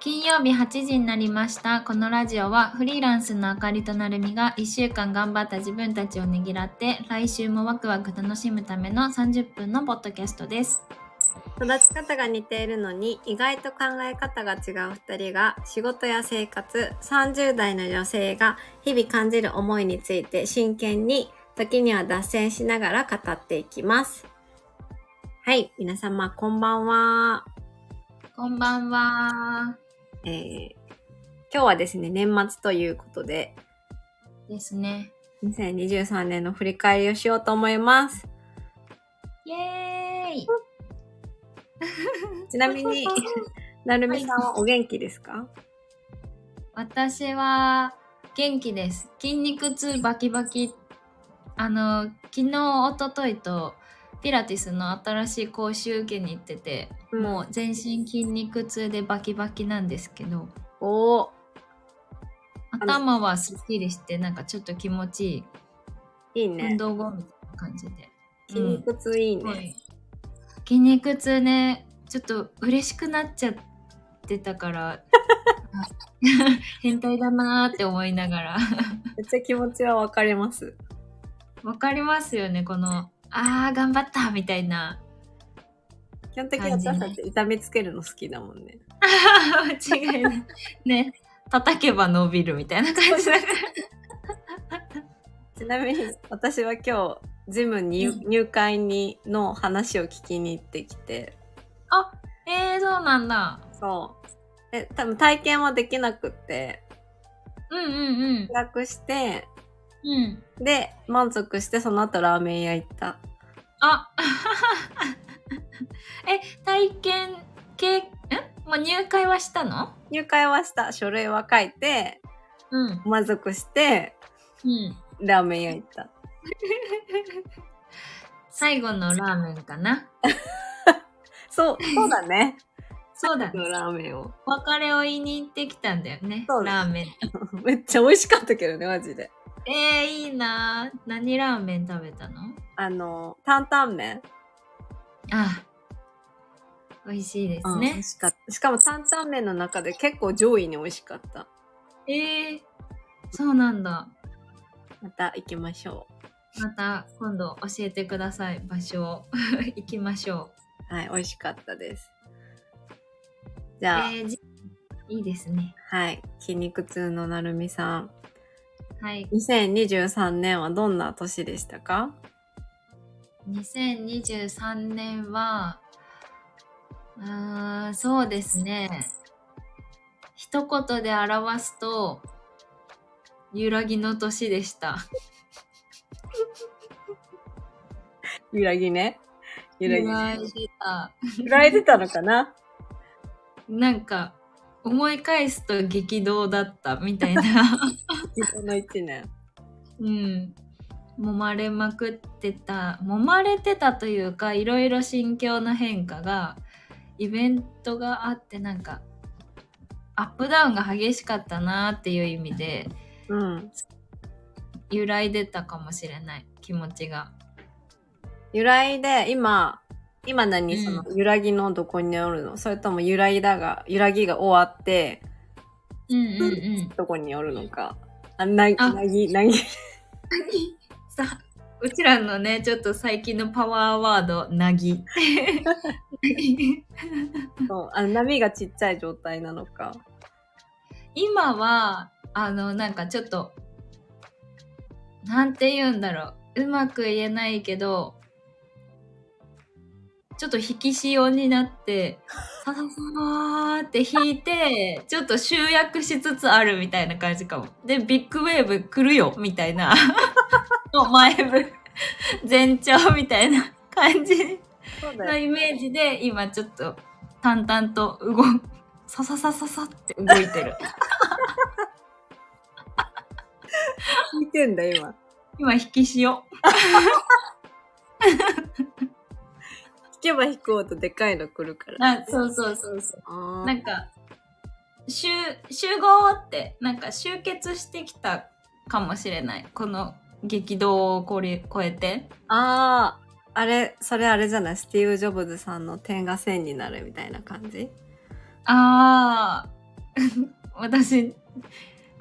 金曜日8時になりました。このラジオはフリーランスのあかりとなるみが1週間頑張った自分たちをねぎらって来週もワクワク楽しむための30分のポッドキャストです。育ち方が似ているのに意外と考え方が違う2人が仕事や生活30代の女性が日々感じる思いについて真剣に時には脱線しながら語っていきますはい皆様こんばんは、こんばんは。えー今日はですね年末ということでですね。 2023年の振り返りをしようと思いますイエーイちなみになるみさんはお元気ですか私は元気です。筋肉痛バキバキ。あの、昨日、一昨日とピラティスの新しい講習受けに行ってて、もう全身筋肉痛でバキバキなんですけど、おーの頭はすっきりして、なんかちょっと気持ちいい、いいね運動後みたいな感じで。筋肉痛いいね、はい筋肉痛ね、ちょっと嬉しくなっちゃってた から、あ変態だなーって思いながら。めっちゃ気持ちはわかります。わかりますよねこのあー頑張ったみたいな基本的に私たち痛めつけるの好きだもんね。間違いないね叩けば伸びるみたいな感じだ からちなみに私は今日ジムに入入会にの話を聞きに行ってきて、えー、そうなんだそう。え、多分体験はできなくって、うんうん予約して、うんうんで、満足してその後ラーメン屋行った。あ え体験系んもう入会はしたの入会はした。書類は書いて、うん満足して、うんラーメン屋行った。 最後のラーメンかなそう、そうだ ね。そうだねのラーメンを。 お別れを言いに行ってきたんだよねそうですラーメンめっちゃ美味しかったけどね、マジで。えー、いいなー何ラーメン食べたのあの、担々麺。ああ美味しいですうん美ね味。しかった。しかも担々麺の中で結構上位に美味しかった。えー、そうなんだ。また行きましょまた今度教えてください場所を 行きましょう。はい、美味しかったです。う。えじゃあ、ーじいいですね。はい、筋肉痛のなるみさん。はい。 2023年はどんな年でしたか2023年はうーんそうですね。一言で表すと揺らぎの年でした。揺らぎね。揺らぎ。らぎでた。揺らいでたのかななんか思い返すと激動だったみたいな。自分の一年。うん、揉まれまくってた揉まれてたというかいろいろ心境の変化がイベントがあってなんかアップダウンが激しかったなっていう意味でうん。揺らいでたかもしれない気持ちが。揺らいで、今、今何うんその揺らぎのどこにおるの、それとも揺らぎだが、揺らぎが終わって、うんうんうん、どこにおるのか。あ、なぎ、あなぎ、なぎ。 さうちらのねちょっと最近のパワーワード「な ぎ」そうあの波がちっちゃい状態なのか。今はあのなんかちょっとなんて言うんだろううまく言えないけどちょっと引き潮になってさささーって引いてちょっと集約しつつあるみたいな感じかもでビッグウェーブ来るよみたいなの前部前兆みたいな感じそうのよ。イメージで今ちょっと淡々と動さささささって動いてる聞いてんだ、今。今引き潮聞けば引く音でかいの来るから。あそうそうそうそあうーなんか集集合ってなんか集結してきたかもしれないこの激動をこれ超えてあー。あれ、それあれじゃないスティーブ・ジョブズさんの点が線になるみたいな感じあー 私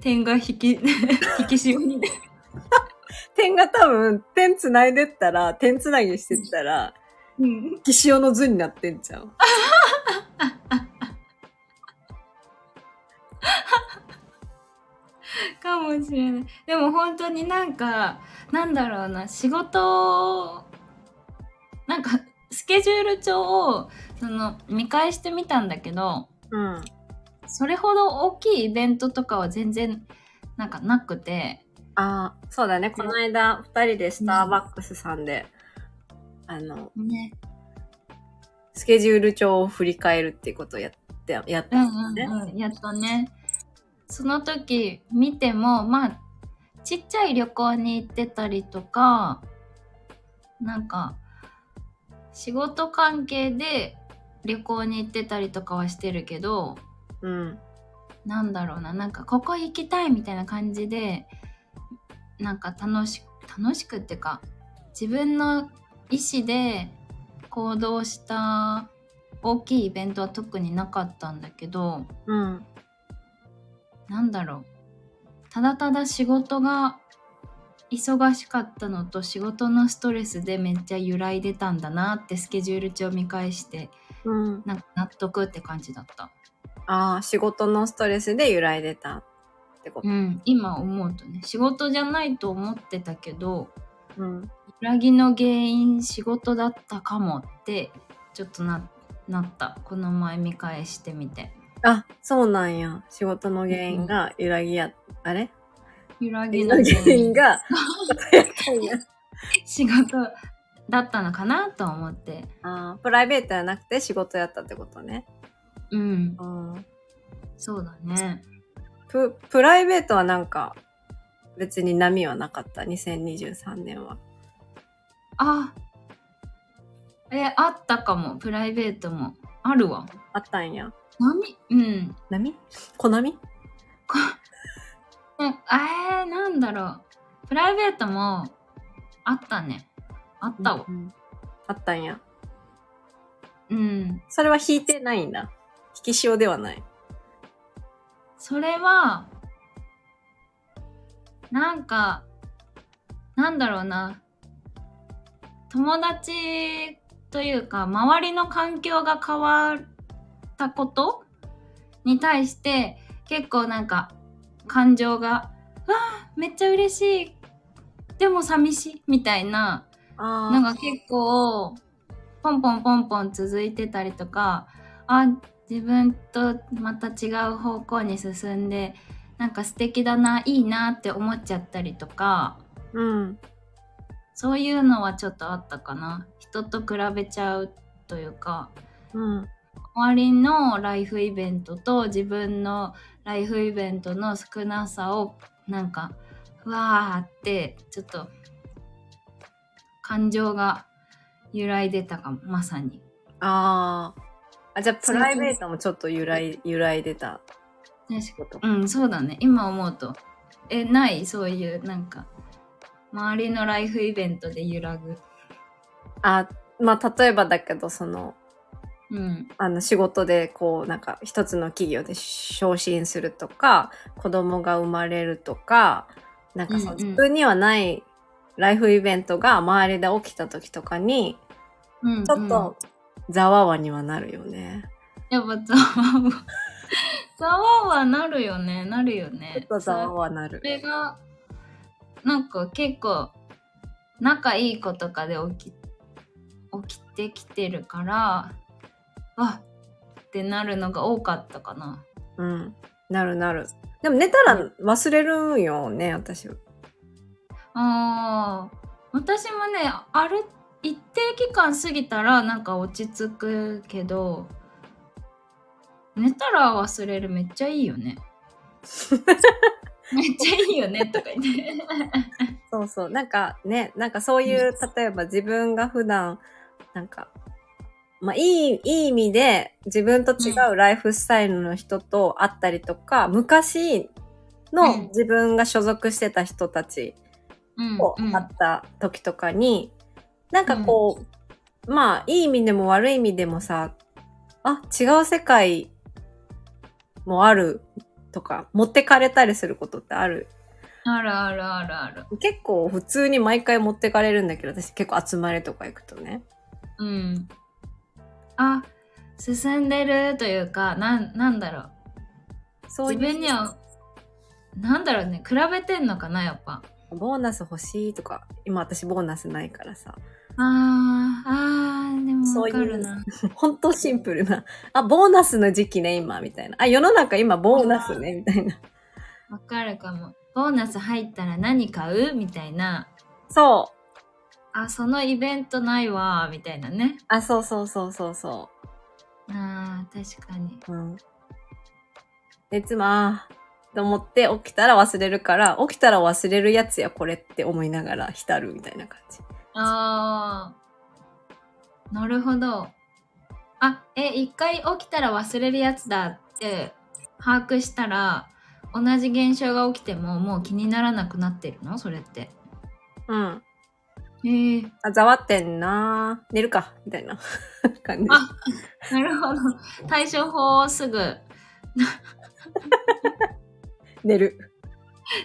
点が引き 引き潮に点が多分、点繋いでったら、点繋ぎしてったら、うん岸尾の図になってんじゃん。かもしれないでも本当になんかなんだろうな仕事をなんかスケジュール帳をその見返してみたんだけどうん。それほど大きいイベントとかは全然なんかなくてあーそうだね。この間、二人でスターバックスさんで、あの、ねスケジュール帳を振り返るっていうことをやって、やっうんたんですね。うんうんやっとねその時見てもまあちっちゃい旅行に行ってたりとかなんか仕事関係で旅行に行ってたりとかはしてるけどうん。なんだろうななんかここ行きたいみたいな感じでなんか楽し楽しくってか自分の意思で行動した大きいイベントは特になかったんだけどうん。なんだろうただただ仕事が忙しかったのと仕事のストレスでめっちゃ揺らいでたんだなってスケジュール帳見返してうん。なんか納得って感じだった。ああ、仕事のストレスで揺らいでたってことう。ん、今思うとね仕事じゃないと思ってたけどうん。揺らぎの原因仕事だったかもってちょっとななったこの前見返してみてあ、そうなんや。仕事の原因が揺らぎや、あれ揺らぎ揺のらぎの原原因因が、 やったんや仕事だったのかなと思ってあープライベートじゃなくて仕事やったってことね。うんうん。そうだねプ、プライベートはなんか、別に波はなかった、2023年は。あえあったかもプライベートもあるわあったんや。波うん波小波 うんえー、なんだろうプライベートもあったねあったわうんあったんや。うんそれは引いてないんだ。引き潮ではない。それはなんかなんだろうな友達というか周りの環境が変わったことに対して結構なんか感情が「わあめっちゃ嬉しいでも寂しい」みたいなあなんか結構ポンポンポンポン続いてたりとかあ自分とまた違う方向に進んでなんか素敵だないいなって思っちゃったりとかうん。そういうのはちょっとあったかな人と比べちゃうというかうん。周りのライフイベントと自分のライフイベントの少なさをなんかうわーってちょっと感情が揺らいでたかもまさにあーあ。じゃあ、プライベートもちょっと揺らい、揺らいでたってことか。うんそうだね今思うとえないそういうなんか周りのライフイベントで揺らぐあ、まあ、例えばだけど、その、うんあの仕事でこうなんか一つの企業で昇進するとか子供が生まれるとかなんかそのうんうん自分にはないライフイベントが周りで起きた時とかにうんうんちょっとざわわにはなるよね。やっぱざわわざわわなるよねなるよねちょっとざわわなるそ。れがなんか結構仲いい子とかで起き起きてきてるからあってなるのが多かったかなうん。なるなる。でも寝たら忘れるんよね、私。あー私もねある一定期間過ぎたらなんか落ち着くけど寝たら忘れるめっちゃいいよ ねめっちゃいいよねとか言ってそうそう。なんかね、なんかそういう、例えば自分が普段、なんか、まあ、いい、いい意味で自分と違うライフスタイルの人と会ったりとか、昔うのん自分が所属してた人たちうんをうん会った時とかに、なんかこう、まあ、いい意味でも悪い意味でもさ、あ、違う世界もあるとか、持ってかれたりすることってある。あるあるあるある。結構普通に毎回持ってかれるんだけど、私結構集まれとか行くとね。うん。あ、進んでるというか、なん、なんだろう。そうい自う分には、なんだろうね、比べてんのかな、やっぱ。ボーナス欲しいとか、今私ボーナスないからさ、 あー、あー、でもそうわいうかるな。ほんとシンプルな、あ、ボーナスの時期ね、今、みたいな。あ、世の中今ボーナスね、みたいな。わかるかも。ボーナス入ったら何買うみたいな。そう。あ、そのイベントないわ、みたいなね。あ、そうそうそうそうそあー、確かに。う。うん。でいつも、あーと思って起きたら忘れるから、起きたら忘れるやつや、これって思いながら浸るみたいな感じ。あー、なるほど。あ、え、一回起きたら忘れるやつだって把握したら、同じ現象が起きてももう気にならなくなってるのそれって。うん。えー、あ、ざわってんなー寝るか、みたいな 感じ。あなるほど。 対処法をすぐ寝る。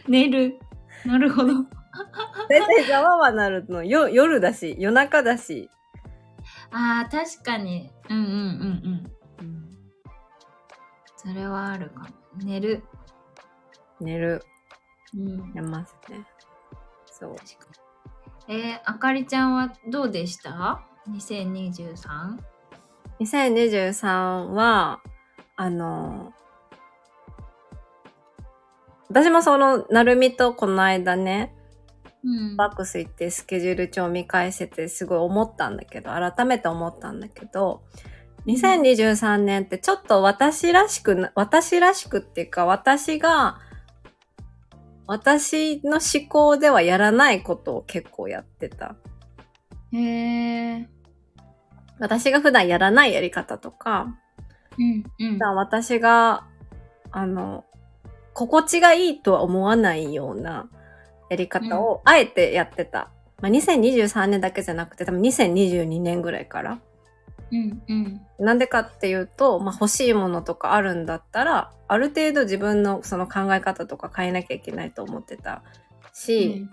寝る。なるほ ど。だいたいざわはなるの、よ、夜だし、夜中だし。あー、確かに。うんうんうんうん。それはあるかも。寝る。寝る。うん寝ますね。そう。確かに。えーあかりちゃんはどうでした ?2023? 2023は、あの、私もその、なるみとこの間ね、うんバックス行ってスケジュール帳見返しててすごい思ったんだけど、改めて思ったんだけど、2023年ってちょっと私らしくな、私らしくっていうか、私が、私の思考ではやらないことを結構やってた。へえ。私が普段やらないやり方とか、うんうん普。段私が、あの、心地がいいとは思わないようなやり方を、あえてやってた。まあ、2023年だけじゃなくて、多分2022年ぐらいから。うんうん。なんでかっていうと、まあ、欲しいものとかあるんだったら、ある程度自分のその考え方とか変えなきゃいけないと思ってたし、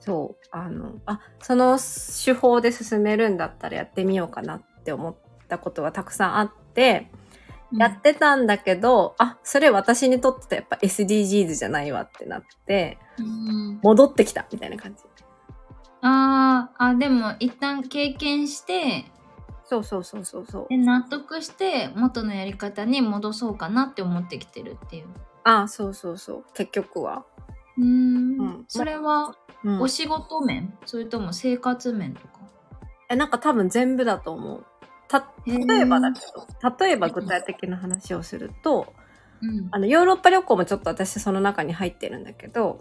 そう、あの、あ、その手法で進めるんだったらやってみようかなって思ったことがたくさんあって、うんやってたんだけど、あ、それ私にとってやっぱ SDGs じゃないわってなって、うん戻ってきたみたいな感じ。あーあ、でも一旦経験して、そうそうそうそうそう。で納得して元のやり方に戻そうかなって思ってきてるっていう。あ、そうそうそう。結局は。うーんうんそれはうんお仕事面、それとも生活面とか。え、なんか多分全部だと思う。た、へー例えばだけど、例えば具体的な話をすると、うんあの、ヨーロッパ旅行もちょっと私その中に入ってるんだけど、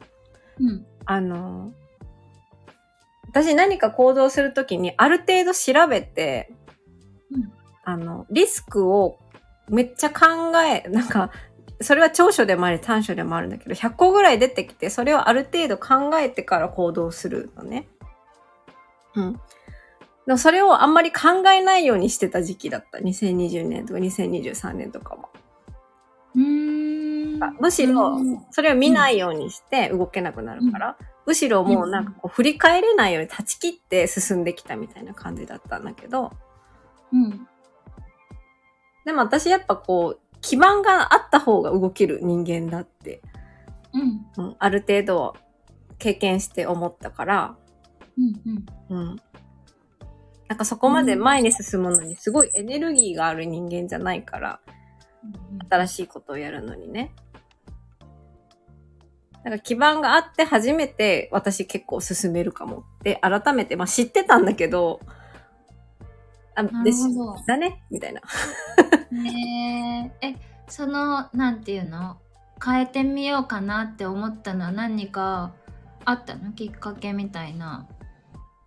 うんあの、私何か行動するときにある程度調べて、うんあの、リスクをめっちゃ考え、なんか、それは長所でもあり短所でもあるんだけど、100個ぐらい出てきて、それをある程度考えてから行動するのね。うん。でもそれをあんまり考えないようにしてた時期だった。2020年とか2023年とかも。うーん。あむしろうんそれを見ないようにして動けなくなるから、むしろもうなんかこう振り返れないように断ち切って進んできたみたいな感じだったんだけど、うん。でも私やっぱこう、基盤があった方が動ける人間だって、うん。うん、ある程度経験して思ったから、うん。うん。うん。なんかそこまで前に進むのにすごいエネルギーがある人間じゃないから、新しいことをやるのにね。なんか基盤があって初めて私結構進めるかもって改めて、まあ知ってたんだけど、あ、なでるしほど。だねみたいな。ねええそのなんていうの変えてみようかなって思ったのは何かあったのきっかけみたいな。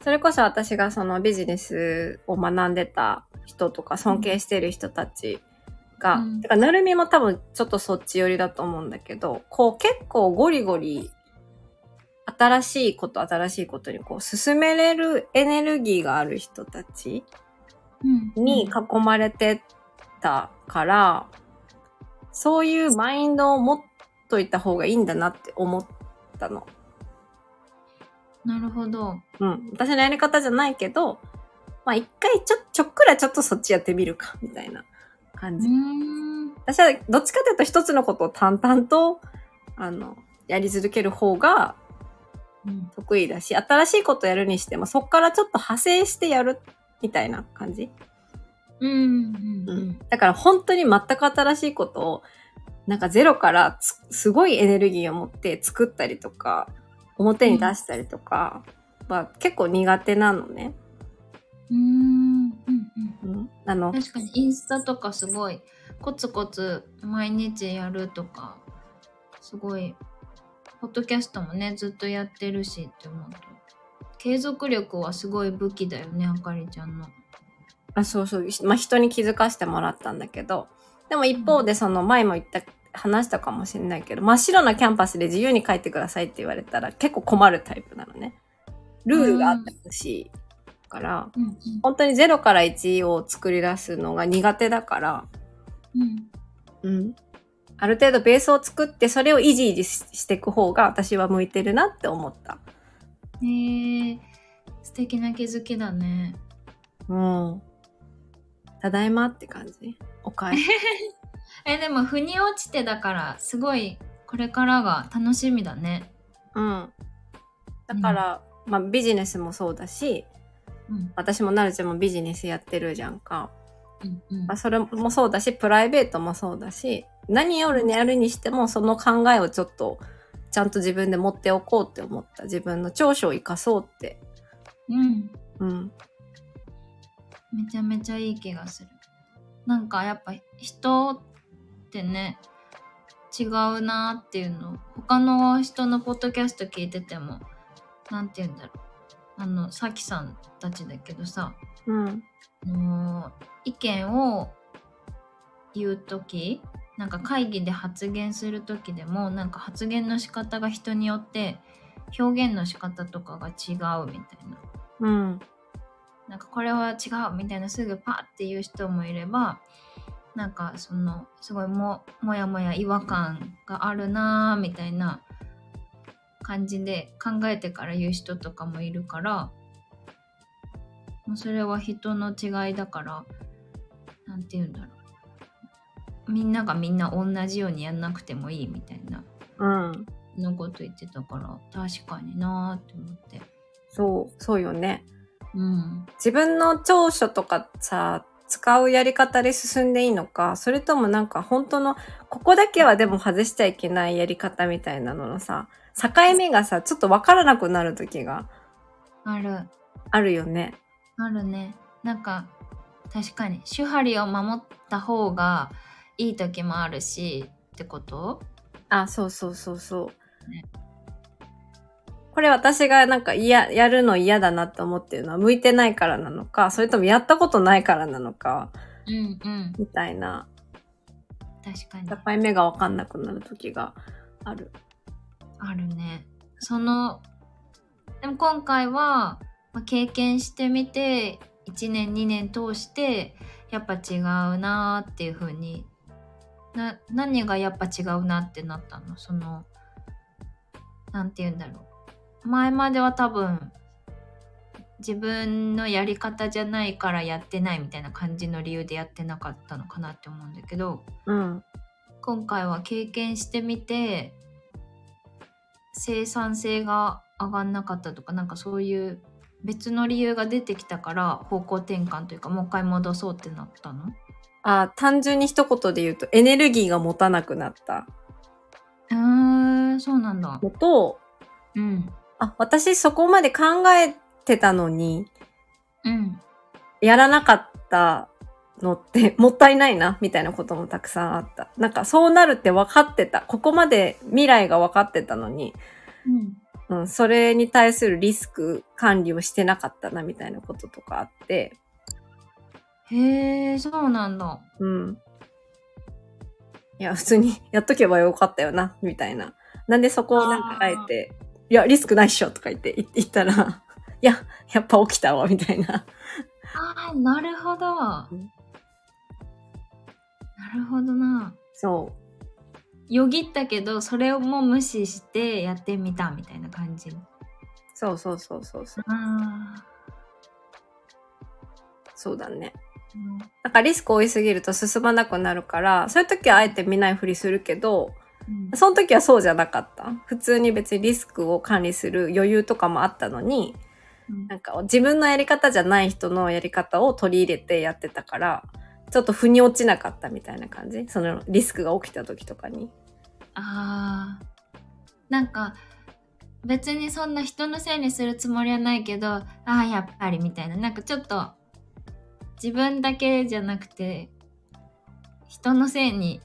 それこそ私がそのビジネスを学んでた人とか尊敬してる人たちが、うんてか、なるみも多分ちょっとそっち寄りだと思うんだけど、こう結構ゴリゴリ新しいこと新しいことにこう進めれるエネルギーがある人たちうんに囲まれてたから、そういうマインドを持っといた方がいいんだなって思ったの。なるほど。うん。私のやり方じゃないけど、まあ一回ちょ、ちょっくらちょっとそっちやってみるか、みたいなう感ーじ。ん。私はどっちかというと一つのことを淡々と、あの、やり続ける方がうん得意だし、新しいことやるにしても、そこからちょっと派生してやる、みたいな感じ。うんうんうんだから本当に全く新しいことを、なんかゼロからつすごいエネルギーを持って作ったりとか、表に出したりとかは結構苦手なのね。うーんうんうんうん、あの、確かにインスタとかすごいコツコツ毎日やるとかすごいポッドキャストもねずっとやってるしって思うと継続力はすごい武器だよねあかりちゃんの。あそうそう、しまあ、人に気づかせてもらったんだけど、でも一方でその前も言った、話したかもしれないけど、真っ白なキャンパスで自由に書いてくださいって言われたら結構困るタイプなのね。ルールがあったし、から、うん本当に0から1を作り出すのが苦手だから、うんうんうん。ある程度ベースを作って、それを維持維持ししていく方が私は向いてるなって思った。へえ素敵な気づきだね。うん。ただいまって感じ。おかえり。えでも腑に落ちてだからすごいこれからが楽しみだね。うん。だから、まあビジネスもそうだし、うん私もなるちゃんもビジネスやってるじゃんか。うんうんまあ、それもそうだし、プライベートもそうだし、何よりやるにしても、その考えをちょっと、ちゃんと自分で持っておこうって思った。自分の長所を生かそうって。うんうん。めちゃめちゃいい気がするなんかやっぱ人ってね違うなっていうの他の人のポッドキャスト聞いててもなんて言うんだろうあのさきさんたちだけどさうん。あの意見を言う時なんか会議で発言する時でもなんか発言の仕方が人によって表現の仕方とかが違うみたいなうん。なんかこれは違うみたいなすぐパッて言う人もいればなんかそのすごいももやもや違和感があるなーみたいな感じで考えてから言う人とかもいるからもうそれは人の違いだからなんて言うんだろうみんながみんな同じようにやんなくてもいいみたいなうん。のこと言ってたから確かになーって思って。そう、そうよね。うん自分の長所とかさ、使うやり方で進んでいいのか、それともなんか本当の、ここだけはでも外しちゃいけないやり方みたいなののさ、境目がさ、ちょっとわからなくなる時があるあるよね。あるねなんか確かに手張りを守った方がいい時もあるしってことあ、そうそうそうそう。ねこれ私がなんか嫌、やるの嫌だなって思ってるのは向いてないからなのか、それともやったことないからなのか、うんうんみたいな確かに境目がわかんなくなる時がある。あるねそのでも今回は、まあ経験してみて1年2年通してやっぱ違うなーっていう風にな何がやっぱ違うなってなったのそのなんて言うんだろう前までは多分自分のやり方じゃないからやってないみたいな感じの理由でやってなかったのかなって思うんだけど、うん。今回は経験してみて生産性が上がんなかったとかなんかそういう別の理由が出てきたから方向転換というかもう一回戻そうってなったのあ単純に一言で言うとエネルギーが持たなくなったうーんそうなんだのと、うんあ、私そこまで考えてたのに、うんやらなかったのって もったいないな、みたいなこともたくさんあった。なんかそうなるって分かってた。ここまで未来が分かってたのに、うんうん、それに対するリスク管理をしてなかったな、みたいなこととかあって、へえそうなんだうん。いや、普通に やっとけばよかったよな、みたいな。なんでそこをなんかあえて、いや、リスクないっしょとか言って、い言ったら、 いや、やっぱ起きたわ、みたいな。あーなるほどなるほどなそう。よぎったけどそれをも無視してやってみたみたいな感じそうそうそうそうそうあそうだねーなんかリスク多いすぎると進まなくなるからそういう時はあえて見ないふりするけどうんその時はそうじゃなかった普通に別にリスクを管理する余裕とかもあったのにうんなんか自分のやり方じゃない人のやり方を取り入れてやってたからちょっと腑に落ちなかったみたいな感じそのリスクが起きた時とかにあーなんか別にそんな人のせいにするつもりはないけどああやっぱりみたいななんかちょっと自分だけじゃなくて人のせいに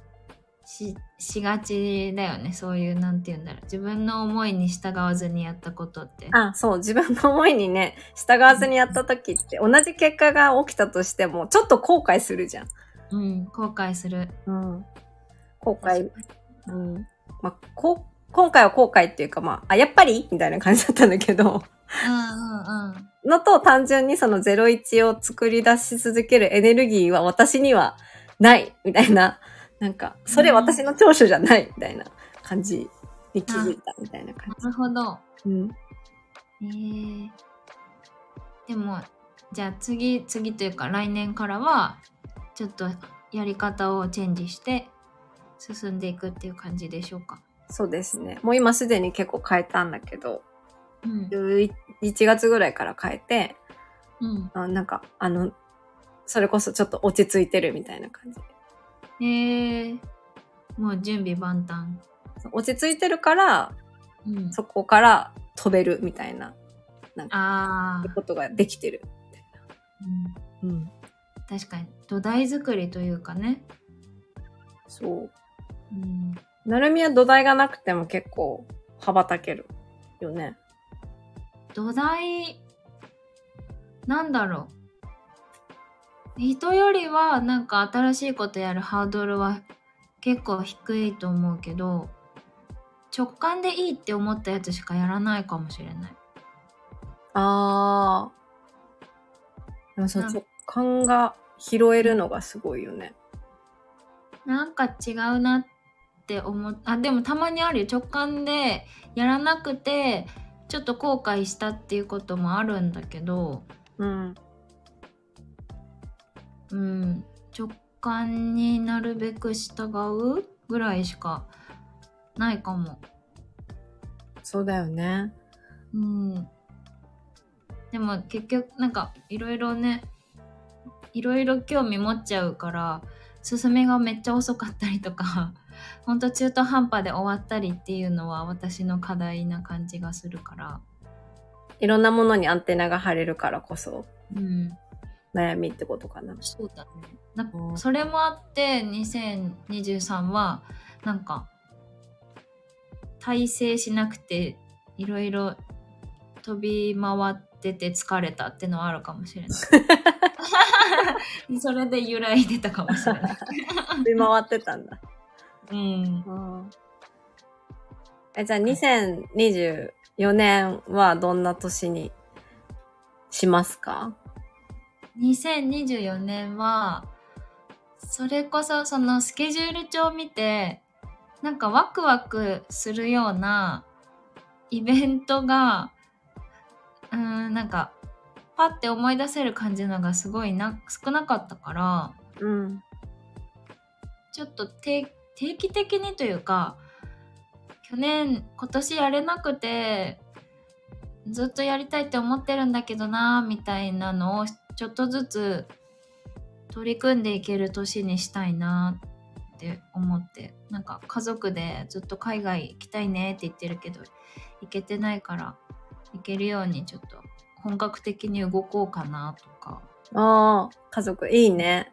ししがちだよねそういうなんて言うんだろう自分の思いに従わずにやったことってあそう自分の思いにね従わずにやった時って同じ結果が起きたとしてもちょっと後悔するじゃん、うん後悔するうん、後悔うんまあ、こ今回は後悔っていうか、まあ、あ、やっぱりみたいな感じだったんだけど、うんうんうんのと単純にその01を作り出し続けるエネルギーは私にはないみたいな、 なんか、それ私の長所じゃないみたいな感じに気づいたみたいな感なるほどじ。うん。えー、でもじゃあ次次というか来年からはちょっとやり方をチェンジして進んでいくっていう感じでしょうか。そうですね。もう今すでに結構変えたんだけど、うん、 11月ぐらいから変えて、うん、あなんか、あの、それこそちょっと落ち着いてるみたいな感じ。えー、もう準備万端。落ち着いてるから、うん、そこから飛べるみたいなああ、ことができてる。うん、うん。確かに土台作りというかね。そう。うん、なるみは土台がなくても結構羽ばたけるよね。土台なんだろう人よりはなんか新しいことやるハードルは結構低いと思うけど直感でいいって思ったやつしかやらないかもしれないあー。でもそのうん直感が拾えるのがすごいよね。なんか違うなって思っあでもたまにあるよ直感でやらなくてちょっと後悔したっていうこともあるんだけどうん。うん、直感になるべく従うぐらいしかないかも。そうだよね。うん、でも結局なんかいろいろねいろいろ興味持っちゃうから進めがめっちゃ遅かったりとか ほんと中途半端で終わったりっていうのは私の課題な感じがするから、いろんなものにアンテナが張れるからこそうん、悩みってことかな。そうだね。なんかうんそれもあって2023はなんか体制しなくていろいろ飛び回ってて疲れたってのはあるかもしれない。それで揺らいでたかもしれない。飛び回ってたんだ。うん。えじゃあ2024年はどんな年にしますか2024年はそれこそそのスケジュール帳を見てなんかワクワクするようなイベントがうーんなんかパッて思い出せる感じのがすごいな少なかったからうん。ちょっと定定期的にというか去年今年やれなくてずっとやりたいって思ってるんだけどなみたいなのをちょっとずつ取り組んでいける年にしたいなって思ってなんか家族でずっと海外行きたいねって言ってるけど行けてないから行けるようにちょっと本格的に動こうかなとかああ、家族いいね。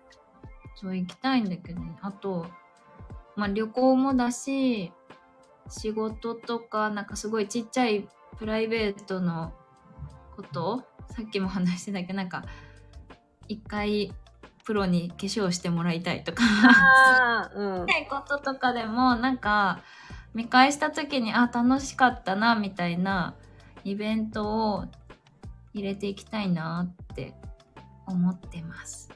そう行きたいんだけどねあと、まあ、旅行もだし仕事とかなんかすごいちっちゃいプライベートのことさっきも話してたけどなんか一回プロに化粧してもらいたいとかああ、うんちっち。ゃいこととかでもなんか見返した時にあ楽しかったなみたいなイベントを入れていきたいなって思ってます。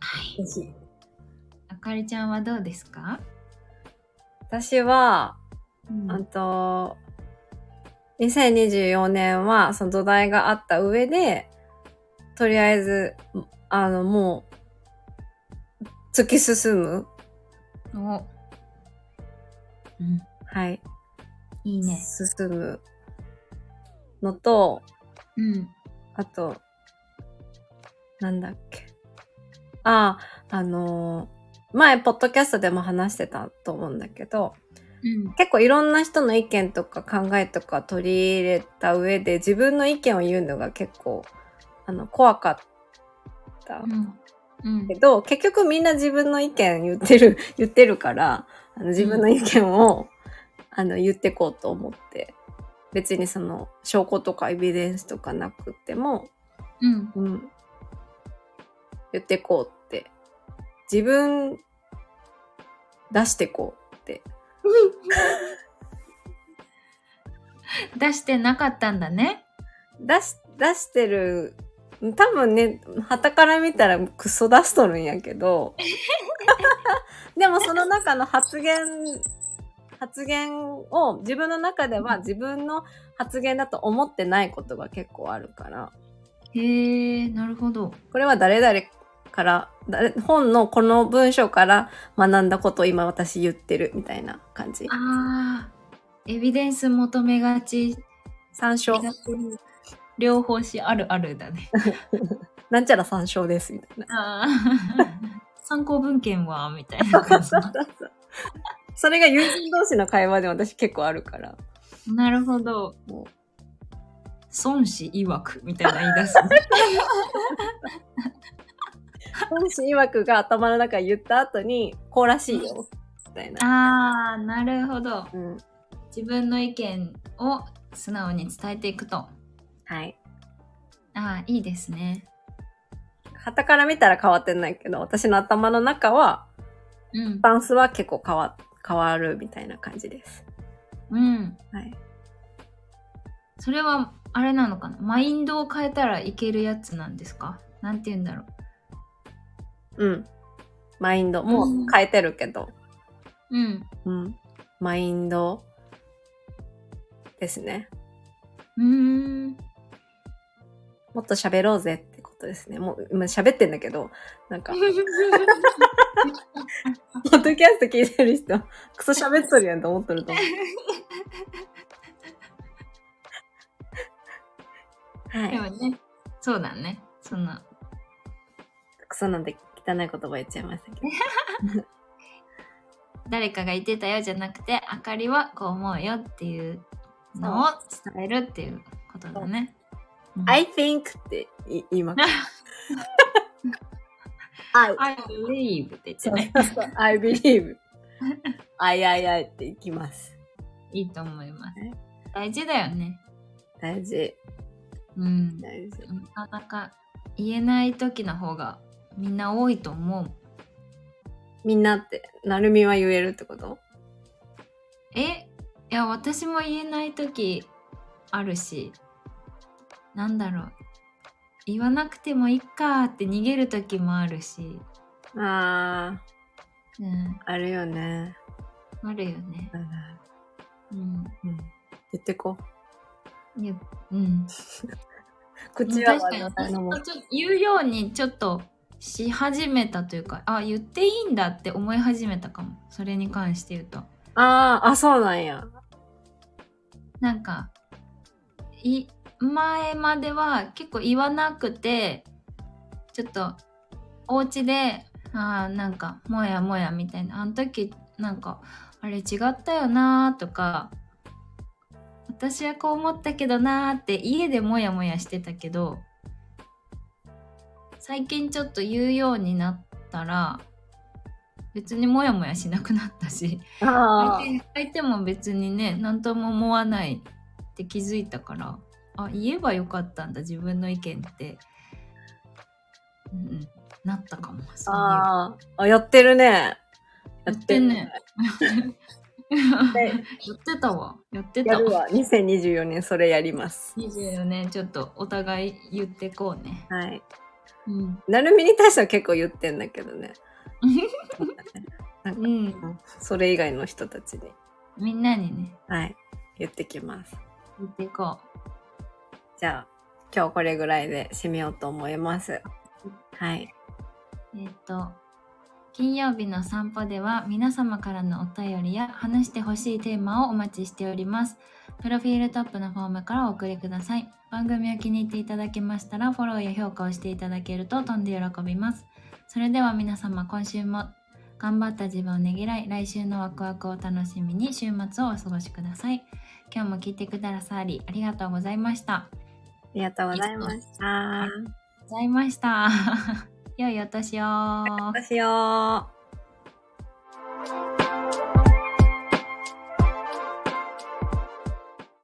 はいあかりちゃんはどうですか私は、うんあと、2024年はその土台があった上で、とりあえず、あの、もう、突き進む。おうんはい。いいね。進むのと、うん。あと、なんだっけ。ああ、あのー前、ポッドキャストでも話してたと思うんだけど、うん。結構いろんな人の意見とか考えとか取り入れた上で自分の意見を言うのが結構あの怖かったうん。うんけ。ど、結局みんな自分の意見言ってる 言ってるからあの自分の意見を、あの言ってこうと思って別にその証拠とかエビデンスとかなくても、うん。うん、言ってこうって自分出してこうって出してなかったんだね。出し出してる多分ね旗から見たらクソ出しとるんやけどでもその中の発言発言を自分の中では自分の発言だと思ってないことが結構あるからへえ、なるほど。これは誰々から誰本のこの文章から学んだことを今私言ってるみたいな感じああ。エビデンス求めがち。参照両方しあるあるだ ね。なんちゃら参照ですみたいなああ。参考文献はみたいな感じ。それが友人同士の会話で私結構あるからなるほど。もう孫子曰くみたいな言い出す、ね。本心曰くが頭の中言った後に、こうらしいよ。みたいな。 ああ、なるほど。うん。自分の意見を素直に伝えていくと。あはい。あ、いいですね。旗から見たら変わってないけど、私の頭の中は、うんス。タンスは結構変わ、変わるみたいな感じです。うん。はい。それは、あれなのかなマインドを変えたらいけるやつなんですかなんて言うんだろう。うん。マインド。もうんう変えてるけど。うん。うん。マインドですね。うーん。もっと喋ろうぜってことですね。もう、今喋ってんだけど、な んか、ポッドキャスト聞いてる人、クソ喋っとるやんと思っとると思う。はでい。もね、そうだね。その、クソなんで汚い言葉言っちゃいましたけど。誰かが言ってたよじゃなくて、あかりはこう思うよっていうのを伝えるっていうことだね。うん I think ってい言います。I, I believe って言ってそうね。そうそう I believe. I, I, I っていきます。いいと思いますね。大事だよね。大事。うん。大事。なかなか言えない時の方がみんな多いと思う。みんなって、なるみは言えるってことえいや私も言えない時あるしなんだろう言わなくてもいいかって逃げる時もあるし、あうん、あ、あるよね。あるよね。うんうんうん言ってこう。いやうん、口は確かに笑い私のももちょっと言うようにちょっとし始めたというかあ言っていいんだって思い始めたかもそれに関して言うと。ああ、あ、そうなんや。なんかい前までは結構言わなくてちょっとお家であーなんかもやもやみたいなあの時なんかあれ違ったよなーとか私はこう思ったけどなーって家でもやもやしてたけど最近ちょっと言うようになったら別にもやもやしなくなったし。あ相手相手も別にね何とも思わないって気づいたからあ言えばよかったんだ自分の意見って、うんうん、なったかもそういうあーあ、やってるね。やってんねで やってたわやってやたるわわ。2024年それやります。 24年ちょっとお互い言ってこうね、はい。うん、 なるみに対しては結構言ってんだけどね。なんかうん、それ以外の人たちに、みんなにね、はい、言ってきます。言っていこじゃあ、今日これぐらいで締めようと思います。はい。う。えっ、と、金曜日の散歩では皆様からのお便りや話してほしいテーマをお待ちしております。プロフィールトップのフォームからお送りください。番組を気に入っていただけましたらフォローや評価をしていただけるととんで喜びます。それでは皆様今週も頑張った自分をねぎらい来週のワクワクを楽しみに週末をお過ごしください。今日も聞いてくださりありがとうございました。ありがとうございました。 ございました。良いお年を。どうしよう。